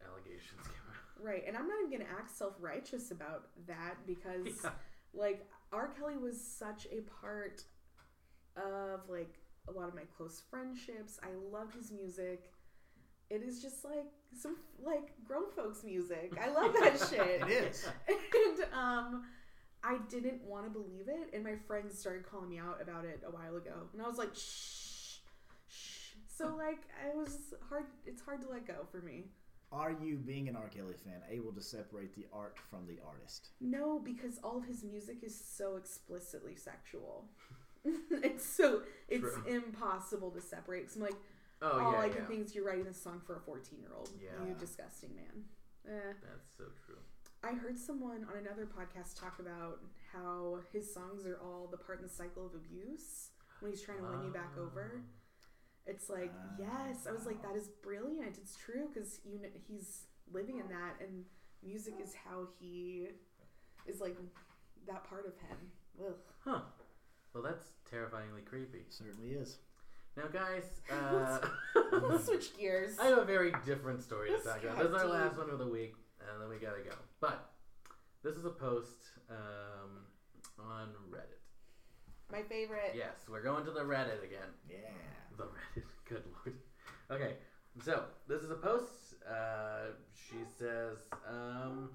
[SPEAKER 7] allegations came out.
[SPEAKER 5] Right, and I'm not even gonna act self righteous about that because,
[SPEAKER 7] Yeah.
[SPEAKER 5] like, R. Kelly was such a part of like a lot of my close friendships. I love his music. It is just like some like grown folks music. I love that shit.
[SPEAKER 6] It is.
[SPEAKER 5] and um I didn't want to believe it, and my friends started calling me out about it a while ago, and I was like, shh, shh. So like, I was hard. It's hard to let go for me.
[SPEAKER 6] Are you, being an R. Kelly fan, able to separate the art from the artist?
[SPEAKER 5] No, because all of his music is so explicitly sexual. it's so it's
[SPEAKER 7] True.
[SPEAKER 5] impossible to separate. Cause I'm like,
[SPEAKER 7] Oh,
[SPEAKER 5] all
[SPEAKER 7] yeah,
[SPEAKER 5] I
[SPEAKER 7] yeah.
[SPEAKER 5] can think is you're writing this song for a 14 year old.
[SPEAKER 7] Yeah.
[SPEAKER 5] You disgusting man. Eh.
[SPEAKER 7] That's so true.
[SPEAKER 5] I heard someone on another podcast talk about how his songs are all the part in the cycle of abuse when he's trying to win you back over.
[SPEAKER 7] Ah.
[SPEAKER 5] It's like, yes. I was like, that is brilliant. It's true because you know, he's living in that, and music is how he is like that part of him. Ugh.
[SPEAKER 7] Um, Huh. Well, that's terrifyingly creepy.
[SPEAKER 6] certainly is.
[SPEAKER 7] Now, guys, uh,
[SPEAKER 5] Let's switch gears.
[SPEAKER 7] I have a very different story to
[SPEAKER 5] Let's
[SPEAKER 7] talk about.
[SPEAKER 5] get
[SPEAKER 7] This is our
[SPEAKER 5] deep.
[SPEAKER 7] last one of the week, and then we gotta go. But this is a post um, on Reddit.
[SPEAKER 5] My favorite.
[SPEAKER 7] Yes, we're going to the Reddit again.
[SPEAKER 6] Yeah.
[SPEAKER 7] The Reddit. Good lord. Okay, so this is a post. Uh, she says um,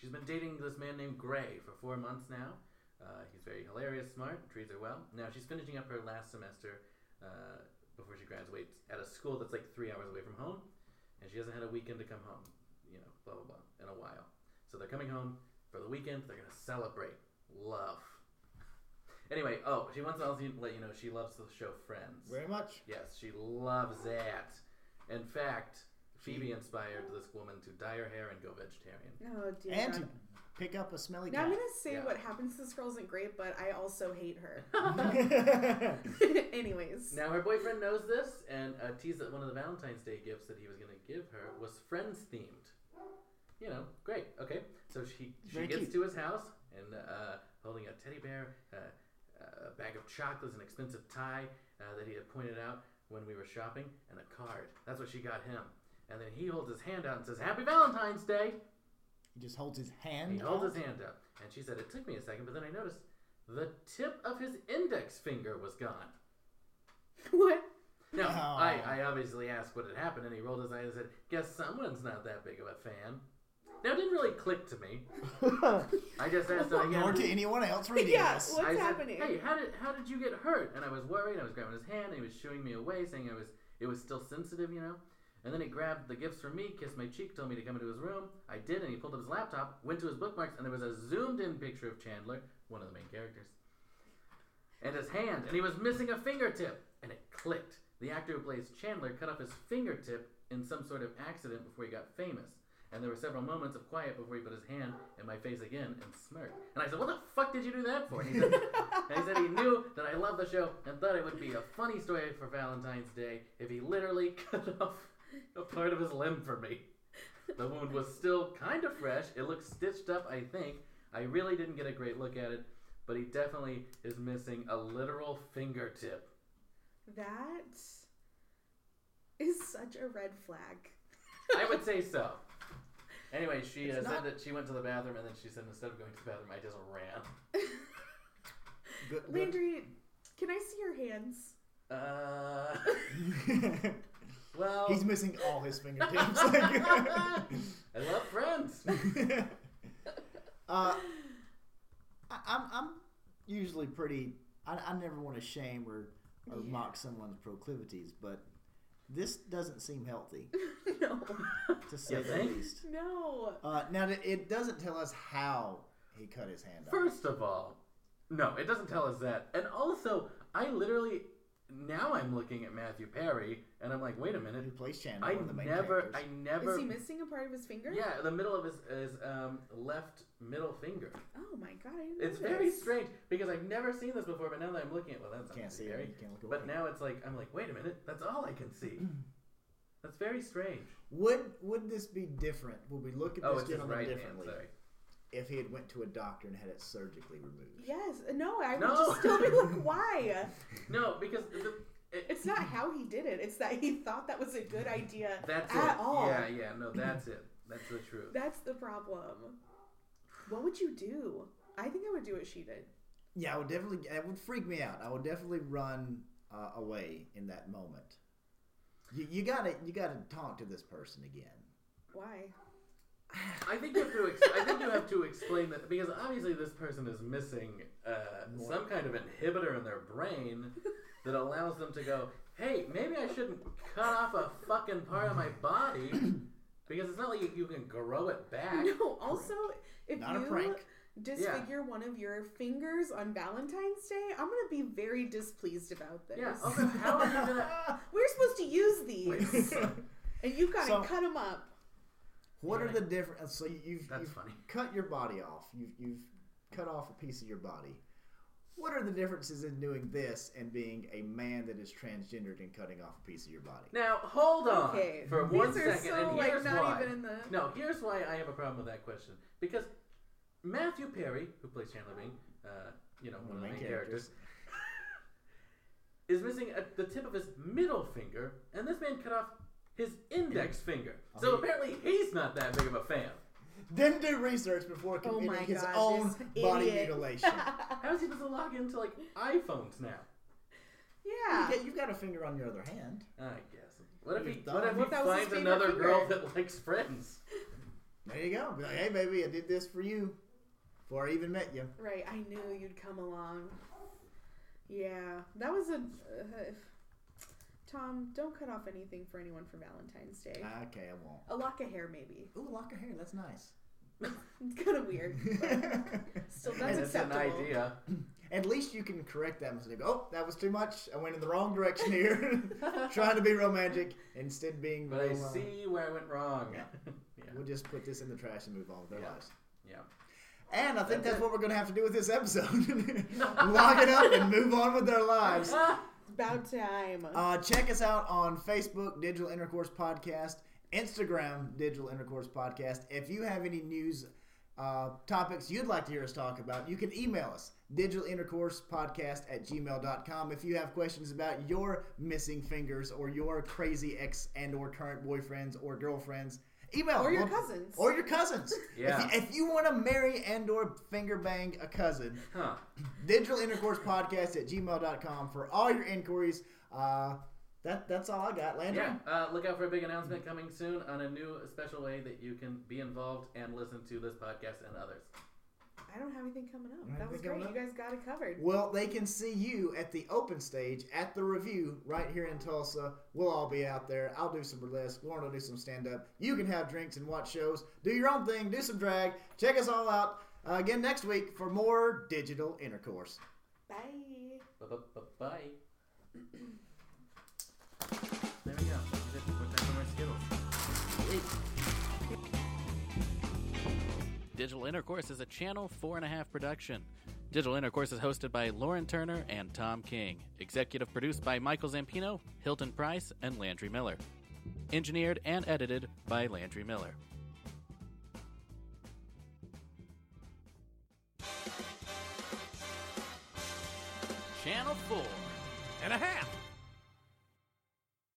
[SPEAKER 7] she's been dating this man named Gray for four months now. Uh, he's very hilarious, smart, treats her well. Now she's finishing up her last semester uh, before she graduates at a school that's like three hours away from home, and she hasn't had a weekend to come home. You know, blah blah blah, in a while. So they're coming home for the weekend. They're gonna celebrate love. Anyway, oh, she wants to also let you know she loves the show Friends.
[SPEAKER 6] Very much.
[SPEAKER 7] Yes, she loves that. In fact, Phoebe inspired this woman to dye her hair and go vegetarian.
[SPEAKER 5] Oh dear.
[SPEAKER 6] And
[SPEAKER 5] God.
[SPEAKER 6] to pick up a smelly
[SPEAKER 5] Now I'm
[SPEAKER 6] cat.
[SPEAKER 5] gonna say
[SPEAKER 7] Yeah.
[SPEAKER 5] what happens to this girl isn't great, but I also hate her. Anyways.
[SPEAKER 7] Now her boyfriend knows this and uh, teased that one of the Valentine's Day gifts that he was going to give her was Friends themed. You know, great. Okay, so she she
[SPEAKER 6] Very
[SPEAKER 7] gets
[SPEAKER 6] cute.
[SPEAKER 7] to his house and uh, holding a teddy bear, uh, a bag of chocolates, an expensive tie uh, that he had pointed out when we were shopping, and a card. That's what she got him. And then he holds his hand out and says, "Happy Valentine's Day."
[SPEAKER 6] he just holds his
[SPEAKER 7] He
[SPEAKER 6] hand.
[SPEAKER 7] held his hand up, and she said, It took me a second, but then I noticed the tip of his index finger was gone.
[SPEAKER 5] What?
[SPEAKER 7] Now,
[SPEAKER 6] Oh.
[SPEAKER 7] I, I obviously asked what had happened, and he rolled his eyes and said, Guess someone's not that big of a fan. Now, it didn't really click to me. I just asked him
[SPEAKER 6] Nor
[SPEAKER 7] again.
[SPEAKER 6] to anyone else reading
[SPEAKER 5] Yeah,
[SPEAKER 6] this.
[SPEAKER 5] what-
[SPEAKER 7] I
[SPEAKER 5] What's
[SPEAKER 7] said,
[SPEAKER 5] happening?
[SPEAKER 7] Hey, how did how did you get hurt? And I was worried. I was grabbing his hand. And he was shooing me away, saying I was it was still sensitive, you know. And then he grabbed the gifts from me, kissed my cheek, told me to come into his room. I did, and he pulled up his laptop, went to his bookmarks, and there was a zoomed-in picture of Chandler, one of the main characters, and his hand, and he was missing a fingertip. And it clicked. The actor who plays Chandler cut off his fingertip in some sort of accident before he got famous. And there were several moments of quiet before he put his hand in my face again and smirked. And I said, "What the fuck did you do that for?" And he said, and he said he knew that I loved the show and thought it would be a funny story for Valentine's Day if he literally cut off a part of his limb for me. The wound was still kind of fresh. It looked stitched up, I think. I really didn't get a great look at it, but he definitely is missing a literal fingertip.
[SPEAKER 5] That is such a red flag.
[SPEAKER 7] I would say so. Anyway, she uh,
[SPEAKER 6] It's
[SPEAKER 7] said
[SPEAKER 6] not-
[SPEAKER 7] that she went to the bathroom and then she said instead of going to the bathroom, I just ran.
[SPEAKER 6] Good, good.
[SPEAKER 5] Landry, can I see your hands?
[SPEAKER 7] Uh, well,
[SPEAKER 6] He's
[SPEAKER 7] Oh.
[SPEAKER 6] missing all his fingertips.
[SPEAKER 7] I love friends.
[SPEAKER 6] uh, I, I'm, I'm usually pretty. I, I never want to shame or, or mock someone's proclivities, but this doesn't seem healthy,
[SPEAKER 5] no.
[SPEAKER 6] to say the
[SPEAKER 7] think?
[SPEAKER 6] least.
[SPEAKER 5] No.
[SPEAKER 6] Uh, now, it- it doesn't tell us how he cut his hand off.
[SPEAKER 7] First of all, no, it doesn't tell us that. And also, I literally now I'm looking at Matthew Perry and I'm like, wait a minute,
[SPEAKER 6] who plays Chandler,
[SPEAKER 7] I
[SPEAKER 6] one of the main
[SPEAKER 7] never,
[SPEAKER 6] characters.
[SPEAKER 7] I never,
[SPEAKER 5] Is he missing a part of his finger?
[SPEAKER 7] yeah, the middle of his, his um, left middle finger.
[SPEAKER 5] Oh my god, I didn't know
[SPEAKER 7] It's very
[SPEAKER 5] this.
[SPEAKER 7] strange because I've never seen this before. But now that I'm looking at, well, that's
[SPEAKER 6] You can't
[SPEAKER 7] obviously
[SPEAKER 6] see it,
[SPEAKER 7] Perry.
[SPEAKER 6] you can't look
[SPEAKER 7] But
[SPEAKER 6] away.
[SPEAKER 7] now it's like I'm like, wait a minute, that's all I can see.
[SPEAKER 6] Mm.
[SPEAKER 7] That's very strange.
[SPEAKER 6] Would would this be different? Would we look at
[SPEAKER 7] Oh,
[SPEAKER 6] this
[SPEAKER 7] it's his
[SPEAKER 6] gentleman
[SPEAKER 7] right hand.
[SPEAKER 6] differently
[SPEAKER 7] Sorry.
[SPEAKER 6] if he had went to a doctor and had it surgically removed?
[SPEAKER 5] Yes. No, I would
[SPEAKER 7] No.
[SPEAKER 5] just still be like, why?
[SPEAKER 7] No, because the, it,
[SPEAKER 5] It's not how he did it. It's that he thought that was a good idea
[SPEAKER 7] that's
[SPEAKER 5] at
[SPEAKER 7] it.
[SPEAKER 5] all.
[SPEAKER 7] Yeah, yeah, no, that's it. That's the truth.
[SPEAKER 5] That's the problem. What would you do? I think I would do what she did.
[SPEAKER 6] Yeah, I would definitely. That would freak me out. I would definitely run uh, away in that moment. You, you gotta you gotta talk to this person again.
[SPEAKER 5] Why?
[SPEAKER 7] I think you have to. Ex- I think you have to explain that because obviously this person is missing uh, some kind of inhibitor in their brain that allows them to go. Hey, maybe I shouldn't cut off a fucking part of my body because it's not like you, you can grow it back.
[SPEAKER 5] No, also, if
[SPEAKER 6] Not a
[SPEAKER 5] you
[SPEAKER 6] prank.
[SPEAKER 5] disfigure one of your fingers on Valentine's Day, I'm going to be very displeased about this.
[SPEAKER 7] Yeah. Also, how are you gonna?
[SPEAKER 5] We're supposed to use these, and you've got to 'em
[SPEAKER 6] So-
[SPEAKER 5] cut them up.
[SPEAKER 6] What
[SPEAKER 7] Yeah,
[SPEAKER 6] are the different? So you've,
[SPEAKER 7] That's
[SPEAKER 6] you've
[SPEAKER 7] funny.
[SPEAKER 6] cut your body off. You've you've cut off a piece of your body. What are the differences in doing this and being a man that is transgendered and cutting off a piece of your body?
[SPEAKER 7] Now hold on
[SPEAKER 5] Okay,
[SPEAKER 7] for
[SPEAKER 5] these
[SPEAKER 7] one
[SPEAKER 5] are
[SPEAKER 7] second,
[SPEAKER 5] so,
[SPEAKER 7] and
[SPEAKER 5] like,
[SPEAKER 7] here's
[SPEAKER 5] not
[SPEAKER 7] why.
[SPEAKER 5] even in the-
[SPEAKER 7] No, here's why I have a problem with that question because Matthew Perry, who plays Chandler Bing, uh, you know, one of the main characters, is missing a, the tip of his middle finger, and this man cut off his index finger. So apparently he's not that big of a fan.
[SPEAKER 6] Didn't do research before
[SPEAKER 5] Oh
[SPEAKER 6] committing
[SPEAKER 5] my
[SPEAKER 6] his
[SPEAKER 5] God,
[SPEAKER 6] own
[SPEAKER 5] this
[SPEAKER 6] body
[SPEAKER 5] idiot.
[SPEAKER 6] mutilation.
[SPEAKER 7] How is he supposed to log into like iPhones now?
[SPEAKER 5] yeah.
[SPEAKER 6] Yeah, you've got a finger on your other hand.
[SPEAKER 7] I guess. What if
[SPEAKER 6] You're
[SPEAKER 7] he?
[SPEAKER 6] dumb.
[SPEAKER 7] What if he
[SPEAKER 5] What if that was his
[SPEAKER 7] finds
[SPEAKER 5] favorite
[SPEAKER 7] another girl
[SPEAKER 5] finger?
[SPEAKER 7] that likes Friends?
[SPEAKER 6] There you go. Be like, hey, baby, I did this for you before I even met you.
[SPEAKER 5] Right. I knew you'd come along. Yeah. That was a. Uh, Tom, don't cut off anything for anyone for Valentine's Day.
[SPEAKER 6] Ah, okay, I won't.
[SPEAKER 5] A lock of hair, maybe.
[SPEAKER 6] Ooh, lock of hair. That's nice.
[SPEAKER 5] It's kind of weird. Still, that's
[SPEAKER 7] And it's an
[SPEAKER 5] acceptable.
[SPEAKER 7] idea.
[SPEAKER 6] At least you can correct that mistake. Oh, that was too much. I went in the wrong direction here. Trying to be romantic instead being.
[SPEAKER 7] But I
[SPEAKER 6] real, uh,
[SPEAKER 7] see where I went wrong.
[SPEAKER 6] Yeah.
[SPEAKER 7] yeah.
[SPEAKER 6] We'll just put this in the trash and move on with our
[SPEAKER 7] Yeah.
[SPEAKER 6] lives.
[SPEAKER 7] Yeah.
[SPEAKER 6] And I think
[SPEAKER 7] That's
[SPEAKER 6] that's
[SPEAKER 7] it.
[SPEAKER 6] what we're going to have to do with this episode. Lock it up and move on with our lives.
[SPEAKER 5] It's about time.
[SPEAKER 6] Uh, check us out on Facebook, Digital Intercourse Podcast, Instagram, Digital Intercourse Podcast. If you have any news uh, topics you'd like to hear us talk about, you can email us, Digital Intercourse Podcast at gmail.com. If you have questions about your missing fingers or your crazy ex and or current boyfriends or girlfriends, email
[SPEAKER 5] Or
[SPEAKER 6] them.
[SPEAKER 5] your cousins.
[SPEAKER 6] Or your cousins.
[SPEAKER 7] Yeah.
[SPEAKER 6] If you, if you want to marry and or finger bang a cousin,
[SPEAKER 7] Huh.
[SPEAKER 6] digital intercourse podcast at gmail.com for all your inquiries uh, that that's all i got landon
[SPEAKER 7] Yeah. Uh, look out for a big announcement coming soon on a new special way that you can be involved and listen to this podcast and others.
[SPEAKER 5] I don't have anything coming up.
[SPEAKER 6] don't
[SPEAKER 5] That
[SPEAKER 6] have
[SPEAKER 5] was
[SPEAKER 6] anything
[SPEAKER 5] great. You
[SPEAKER 6] coming
[SPEAKER 5] guys got it covered.
[SPEAKER 6] well they can see you at the open stage at the review right here in tulsa we'll all be out there i'll do some burlesque lauren will do some stand-up you can have drinks and watch shows do your own thing do some drag check us all out uh, again next week for more digital intercourse
[SPEAKER 5] Bye.
[SPEAKER 7] Bye. There we go. That's it. We're talking more Skittles. Digital Intercourse is a Channel 4.5 production. Digital Intercourse is hosted by Lauren Turner and Tom King. Executive produced by Michael Zampino, Hilton Price, and Landry Miller. Engineered and edited by Landry Miller. Channel 4 and a half.